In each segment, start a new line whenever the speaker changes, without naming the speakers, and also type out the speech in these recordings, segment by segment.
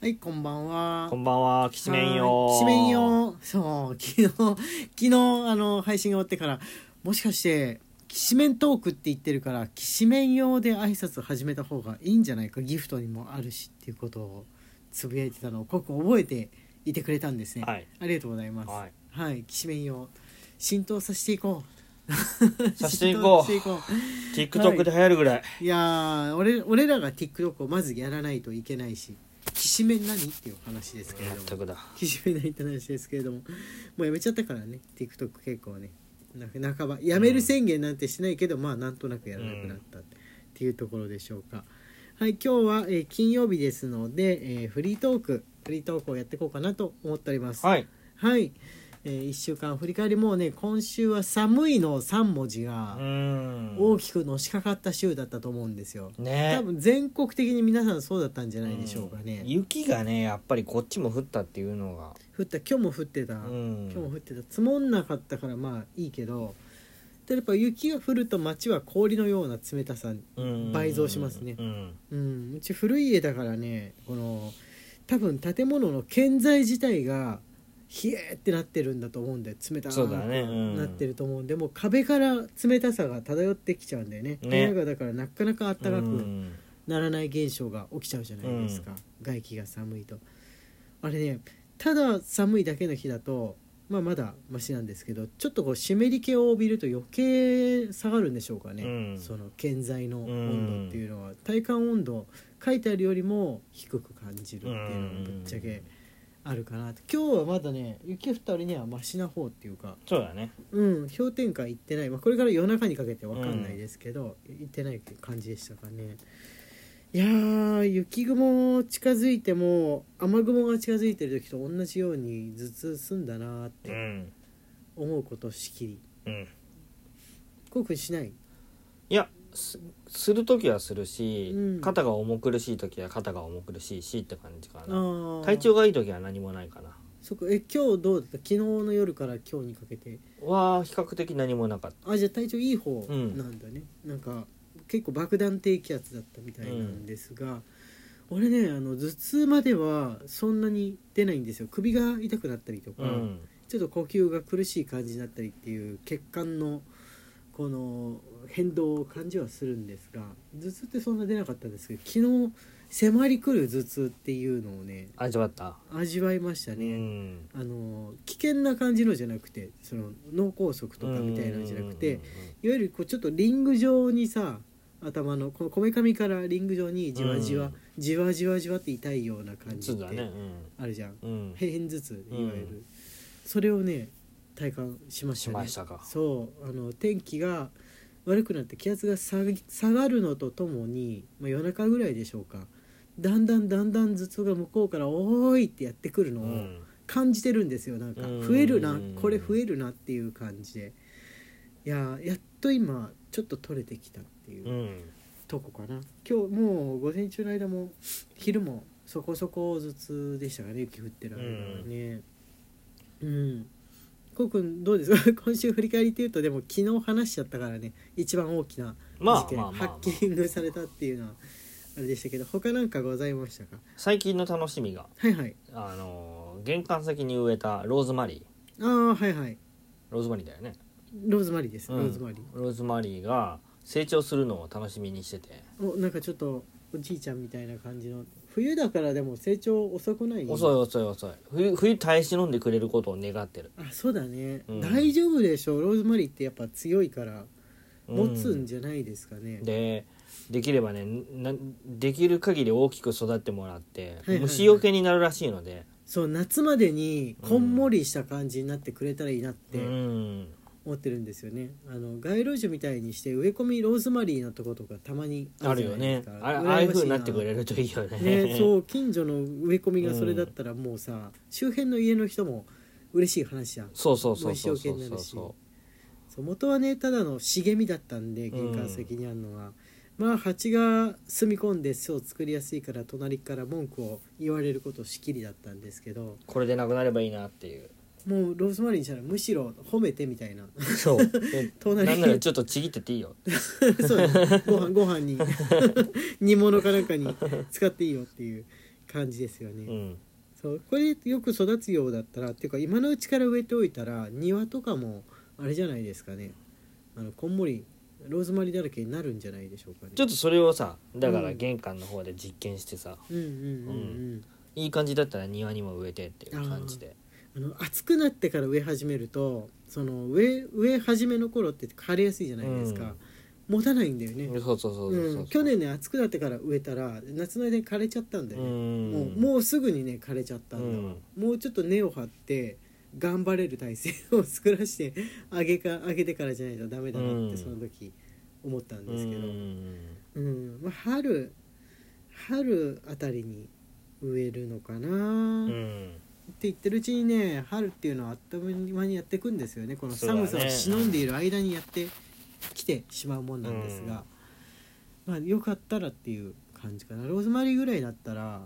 はい、こんばんは。
こんばんは、きしめんよ
はーいきしめん。よ。そう、昨日、昨日、あの、配信が終わってから、もしかして、きしめんトークって言ってるから、きしめん用で挨拶始めた方がいいんじゃないか、ギフトにもあるしっていうことをつぶやいてたのを、コウ君覚えていてくれたんですね。
はい。
ありがとうございます。
はい。
はい、きしめん用。浸透させていこう。
させていこう
浸透させていこ
TikTok で流行るぐらい。
う。いやー、俺、俺らが TikTok をまずやらないといけないし、きしめん何っていう話ですけれども。
全くだ。
きし めないって話ですけれどももうやめちゃったからね TikTok 結構ねな半ばやめる宣言なんてしないけど、まあなんとなくやらなくなったっていうところでしょうか、はい今日は、えー金曜日ですので、えーフリートークフリートークをやっていこうかなと思っております
はい。
はいえ1週間振り返りもうね今週は「寒い」の3文字
う
が
ーん。
大きくのしかかった週だったと思うんですよ
ね
多分全国的に皆さんそうだったんじゃないでしょうかね、
うん雪がね、やっぱりこっちも降ったっていうのが。
降った今日も降って
う
た、
ん。
今日も降ってた積もんなかったからまあいいけどでやっぱ雪が降ると街は氷のような冷たさ
うん
倍増しますね
うん。
うんうち古い家だからねこの多分建物の建材自体が冷えってなってるんだと思うんで冷たく
そうだねうん
なってると思うんでもう壁から冷たさが漂ってきちゃうんだよね
ね
部屋がだからなかなか暖か
う
く
ん
ならない現象が起きちゃうじゃないですか、外気が寒いとあれねただ寒いだけの日だと、まあ、まだマシなんですけどちょっとこう湿り気を帯びると余計下がるんでしょうかね、
うん
その建材の温度っていうのは、体感温度書いてあるよりも低く感じるっていうのがぶっちゃけあるかなと今日はまだね雪降った割にはマシな方っていうか
そうだね。
うん、氷点下行ってない、まあ、これから夜中にかけてわかんないですけど、行ってない感じでしたかねいやー雪雲近づいても雨雲が近づいてる時と同じように頭痛すんだなーっ
う
て
ん。
思うことしきり
うん。
こうくんしない
いや、すする時はするし、
うん
肩が重苦しい時は肩が重苦しいしって感じか
あ
な。
ー
体調がいい時は何もないかな。
そっかえ今日どうだった昨日の夜から今日にかけて
は比較的何もなかった。
あじゃあ体調いい方
うん
なんだね、なんか結構爆弾低気圧だったみたいなんですが、俺ねあの頭痛まではそんなに出ないんですよ首が痛くなったりとか、
うん。
ちょっと呼吸が苦しい感じになったりっていう血管のこの変動を感じはするんですが頭痛ってそんな出なかったんですけど昨日迫り来る頭痛っていうのをね
味わった。
味わいました
う
ね。
ん。
あの危険な感じのじゃなくてその脳梗塞とかみたいなのじゃなくて、いわゆるこうちょっとリング状にさ頭のこのこめかみからリング状にじわじわ、
うん
じわじわじわって痛いような感じ
そ
っ
うだね
てあるじゃん、
うん、うん、
偏頭痛いわゆる、
うん
それをね体感しまし
した
ね
ましたか
そうあの天気が悪くなって気圧が下が下がるのとともに、まあ、夜中ぐらいでしょうかだんだんだんだん頭痛が向こうから「おーい!」ってやってくるのを、
うん
感じてるんですよなんか
うん
増えるなこれ増えるなっていう感じでいやーやっと今ちょっと取れてきたっていううんとこかな今日もう午前中の間も昼もそこそこ頭痛でしたからね雪降ってる間はねうんこうくんどうです か今週振り返りっていうとでも昨日話しちゃったからね一番大きな
まあ
事件、
まあまあまあ
ハッキングされたっていうのはあれでしたけど他なんかございましたか
最近の楽しみが
はいはい
あのー玄関先に植えたローズマリー
ああはいはい
ローズマリーだよね、
ローズマリーです、
うん
ローズマリー
ローズマリーが成長するのを楽しみにしてて
おなんかちょっとおじいちゃんみたいな感じの冬だからでも成長遅くない
遅い遅い遅い冬冬耐え忍んでくれることを願ってる
あそうだね、
うん
大丈夫でしょローズマリーってやっぱ強いから持つん
じ
じゃないですかね、
でできればねなできる限り大きく育ってもらって、
はいはい
虫よけになるらしいので、
そう夏までにこんもりした感じになってくれたらいいなっ
う
て
ん、
思ってるんですよね、あの街路樹みたいにして植え込みローズマリーのとことかたまに
ある
じゃ
よ
ないで
ね
すか
あああいう風になってく
る
れるといいよね
ね、そう近所の植え込みがそれだったらもうさ、周辺の家の人も嬉しい話じゃん
そうそうそうそう
虫
そ
よ
う
けに
そ
な
う
るし
そ
そう元はねただの茂みだったん
う
で
ん
玄関先にあるのは、まあ蜂が住み込んで巣を作りやすいから隣から文句を言われることしきりだったんですけど
うこれでなくなればいいなっていう
もうローズマリーにしたらむしろ褒めてみたいな
そうで
隣
なんならちょっとちぎってっていいよ
そうだねご飯ご飯に煮物かなんかに使っていいよっていう感じですよね、
うん
そうこれよく育つようだったらっていうか今のうちから植えておいたら庭とかもあれじゃないですかねあのこんもりローズマリーだらけになるんじゃないでしょうかね
ちょっとそれをさだか
う
ら
ん
玄関の方で実験してさ、
うんうんうん
いい感じだったら庭にも植えてっていう感じで
うん、あの暑くなってから植え始めるとその植え植え始めの頃って枯れやすいじゃないですか、持たないんだよね、
そうそうそうそうそう、
うん、去年ね暑くなってから植えたら夏の間に枯れちゃったんだよ
う
ね、
ん
もうもうすぐにね枯れちゃったんだわ、もうちょっと根を張って頑張れる体制を作らしてあげかあげてからじゃないとダメだなって、
うん
その時思ったん
う
ですけど、うん
ん
まあ、春春あたりに植えるのかな、
う
って
ん
言ってるうちにね春っていうのはあっという間にやってくんですよねこの
そうだね
寒さを忍んでいる間にやってきてしまうもんなんですが、まあよかったらっていう感じかなローズマリーぐらいだったら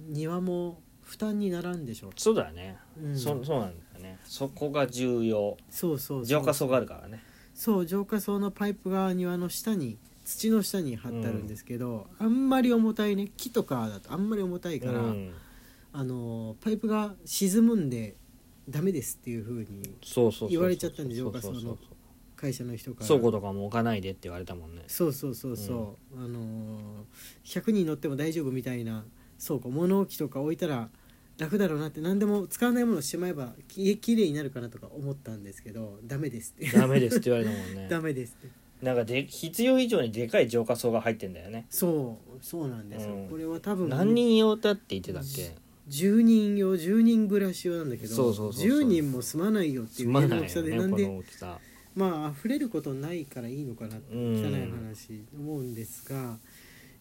庭も負担にならんでしょう
そうだね、
うん
そそうなんだよねそこが重要
そうそうそ
浄
う
化層があるからね
そう浄化槽のパイプが庭の下に土の下に張ってあるんですけど、あんまり重たいね木とかだとあんまり重たいから、
うん、
あのパイプが沈むんでダメですっていうふうに
そうそうそうそう
言われちゃったんで浄化層
そ
の
うそう
会社の人から
そう倉庫とかも置かないでって言われたもんね
そうそうそうそう、あのー100人乗っても大丈夫みたいな倉庫物置とか置いたら楽だろうなって何でも使わないものをしまえばききれいになるかなとか思ったんですけどダメですって
ダメですって言われたもんね
ダメですって
なんかで必要以上にでかい浄化層が入ってんだよね
そうそうなんですよ、
うん
これは多分
何人用だって言ってたっけ
10人用10人暮らし用なんだけど
そうそうそうそう
10人も住まないよってい
す
う
ま
家
ない
の
よ
大きさで
ね
なん
こ
で
の大きさ
まあ溢れることないからいいのかなって
う
汚
ん
い話思うんですが、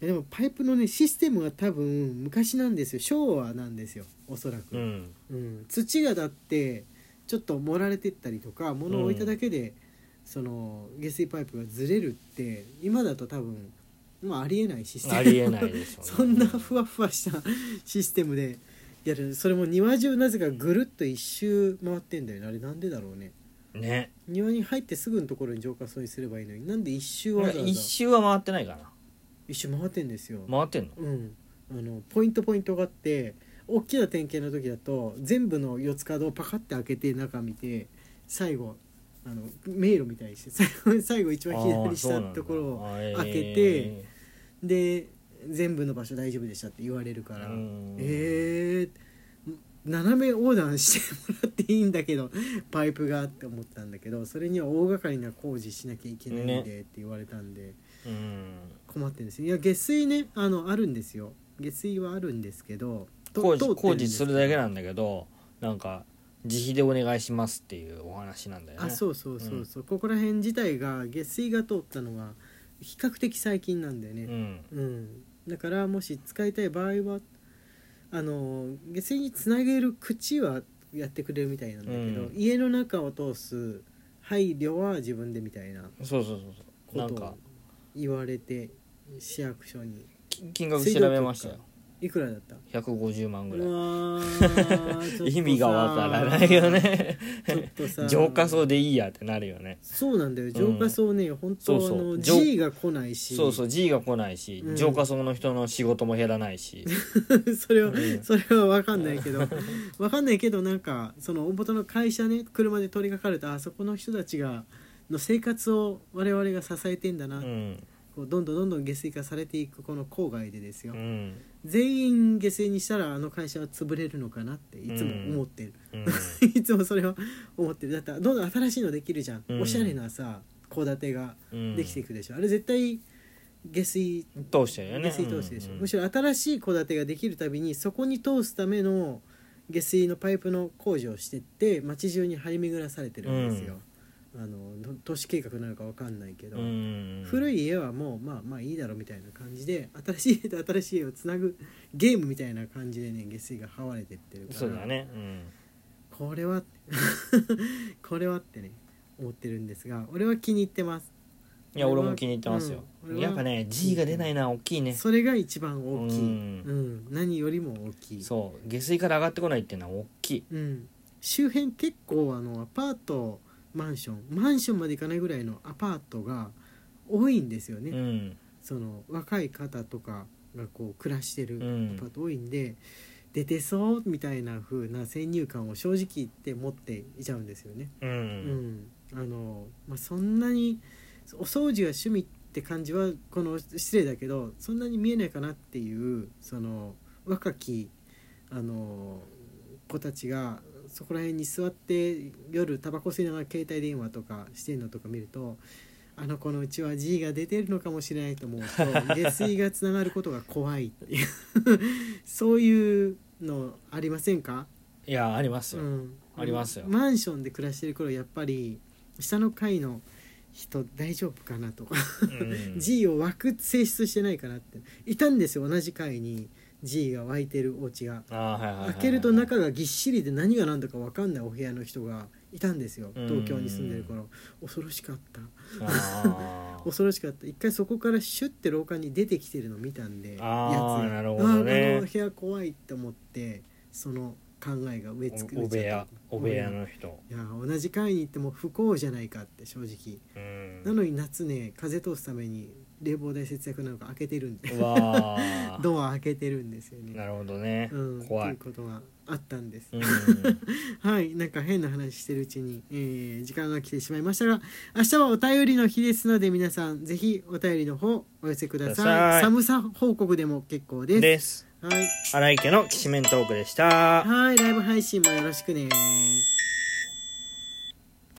いやでもパイプのねシステムが多分昔なんですよ昭和なんですよおそらく、
うん
うん土がだってちょっと盛られてったりとか物を置いただけで、その下水パイプがずれるって今だと多分、まあ、ありえないシステム
ありえないですよね
そんなふわふわした システムでやるそれも庭中なぜかぐるっと一周回ってんだよねあれなんでだろうね
ね
庭に入ってすぐのところに浄化槽にすればいいのになんで一周わ
なん
ざ
か
わざ
一周は回ってないかな
一周回ってんですよ、
回ってんの
うんあのポイントポイントがあって大きな点検の時だと全部の四つ角をパカッて開けて中見て最後あの迷路みたいにして最後最後一番左下のところを開けてで全部の場所大丈夫でしたって言われるから
うん
えー、斜め横断してもらっていいんだけどパイプがって思ったんだけどそれには大掛かりな工事しなきゃいけないんで
ね
って言われたんで
あーえーうん
困ってるんですよいや下水ねあのあるんですよ下水はあるんですけどと
工
通っ
事
てん
工
で
事するだけなんだけどなんか自費でお願いしますっていうお話なんだよね
あそうそうそうそう、ここら辺自体が下水が通ったのは比較的最近なんだよね、
うん
うん、だからもし使いたい場合はあの下水につなげる口はやってくれるみたいなんだけど、
うん
家の中を通す配慮は自分でみたいな
そうそうそうそう
こ
なん
と
か
を言われて市役所に
き金額調べましたよ
いくらだった
150万ぐ
う
ら
わ ーちょっとさ
い意味がわからないよね
ちょっとさ
浄化層でいいやってなるよね
そうなんだよ浄化層ね、本当
そうそう
あの
浄
G が来ないし
そうそう G が来ないし、
うん
浄化層の人の仕事も減らない し
それは、
うん
それは分かんないけど分かんないけどなんかその大元の会社ね車で取り掛かるとあそこの人たちがの生活を我々が支えてんだな、
うん
こうどんどんどんどん下水化されていくこの郊外でですよ、
うん
全員下水にしたらあの会社は潰れるのかなっていつも思ってる、
うん
いつもそれは思ってるだったらどんどん新しいのできるじゃん、
うん
おしゃれなさ戸建てが
うん
できていくでしょ、あれ絶対下水
通してるよね
下水通しでしょ、
うん
むしろ新しい戸建てができるたびにそこに通すための下水のパイプの工事をしてって町中に張り巡らされてるんですよ、あのど都市計画なのか分かんないけど、
うん
古い家はもうまあまあいいだろうみたいな感じで新しい家と新しい家をつなぐゲームみたいな感じでね下水が這われてってるから
そうだねうん
これは これはってね思ってるんですが俺は気に入ってます
いや俺も気に入ってますよ、
うん俺は
やっぱね G が出ないな大きいね
それが一番大きい、う
うんん
何よりも大きい
そう下水から上がってこないっていうのは大きい
うん、周辺結構あのアパートマンションマンションまで行かないぐらいのアパートが多いんですよね、
うん
その若い方とかがこう暮らしてる
う
やっ
ん
ぱ多いんで、出てそうみたいな風な先入観を正直言って持っていちゃうんですよね。
う
うんんあのまあ、そんなにお掃除が趣味って感じはこの失礼だけどそんなに見えないかなっていうその若きあの子たちがそこら辺に座って夜タバコ吸いながら携帯電話とかしてんのとか見るとあの子のうちは G が出てるのかもしれないと思うと下水がつながることが怖いっていう そういうのありませんか
いやありますよ、
うん、
ありますよ
マンションで暮らしてる頃やっぱり下の階の人大丈夫かなとか、
うん、
G を湧く性質してないかなっていたんですよ同じ階に G が湧いてるお家が
あーはいはいはいはい
開けると中がぎっしりで何が何だか分かんないお部屋の人がいたんですよ
うん
東京に住んでる頃恐ろしかった
あー
恐ろしかった一回そこからシュッて廊下に出てきてるの見たんで
あー
が
なるほどね
あーあの部屋怖いって思ってその考えが植え付け
おお
植
部
えちゃ
屋
った
お部屋の人、
いや同じ階に行っても不幸じゃないかって正直
うん、
なのに夏ね風通すために冷房代節約なんか開けてるんで
わ あ
ドア開けてるんですよね
なるほどね、
うん、
怖
っ
い
ていうことがあったんです、
うん
はいなんか変な話してるうちに、えー時間が来てしまいましたが明日はお便りの日ですので皆さんぜひお便りの方お寄せください
ください
寒さ報告でも結構です
です
はい
荒井家のきしめんトークでした
はいライブ配信もよろしくね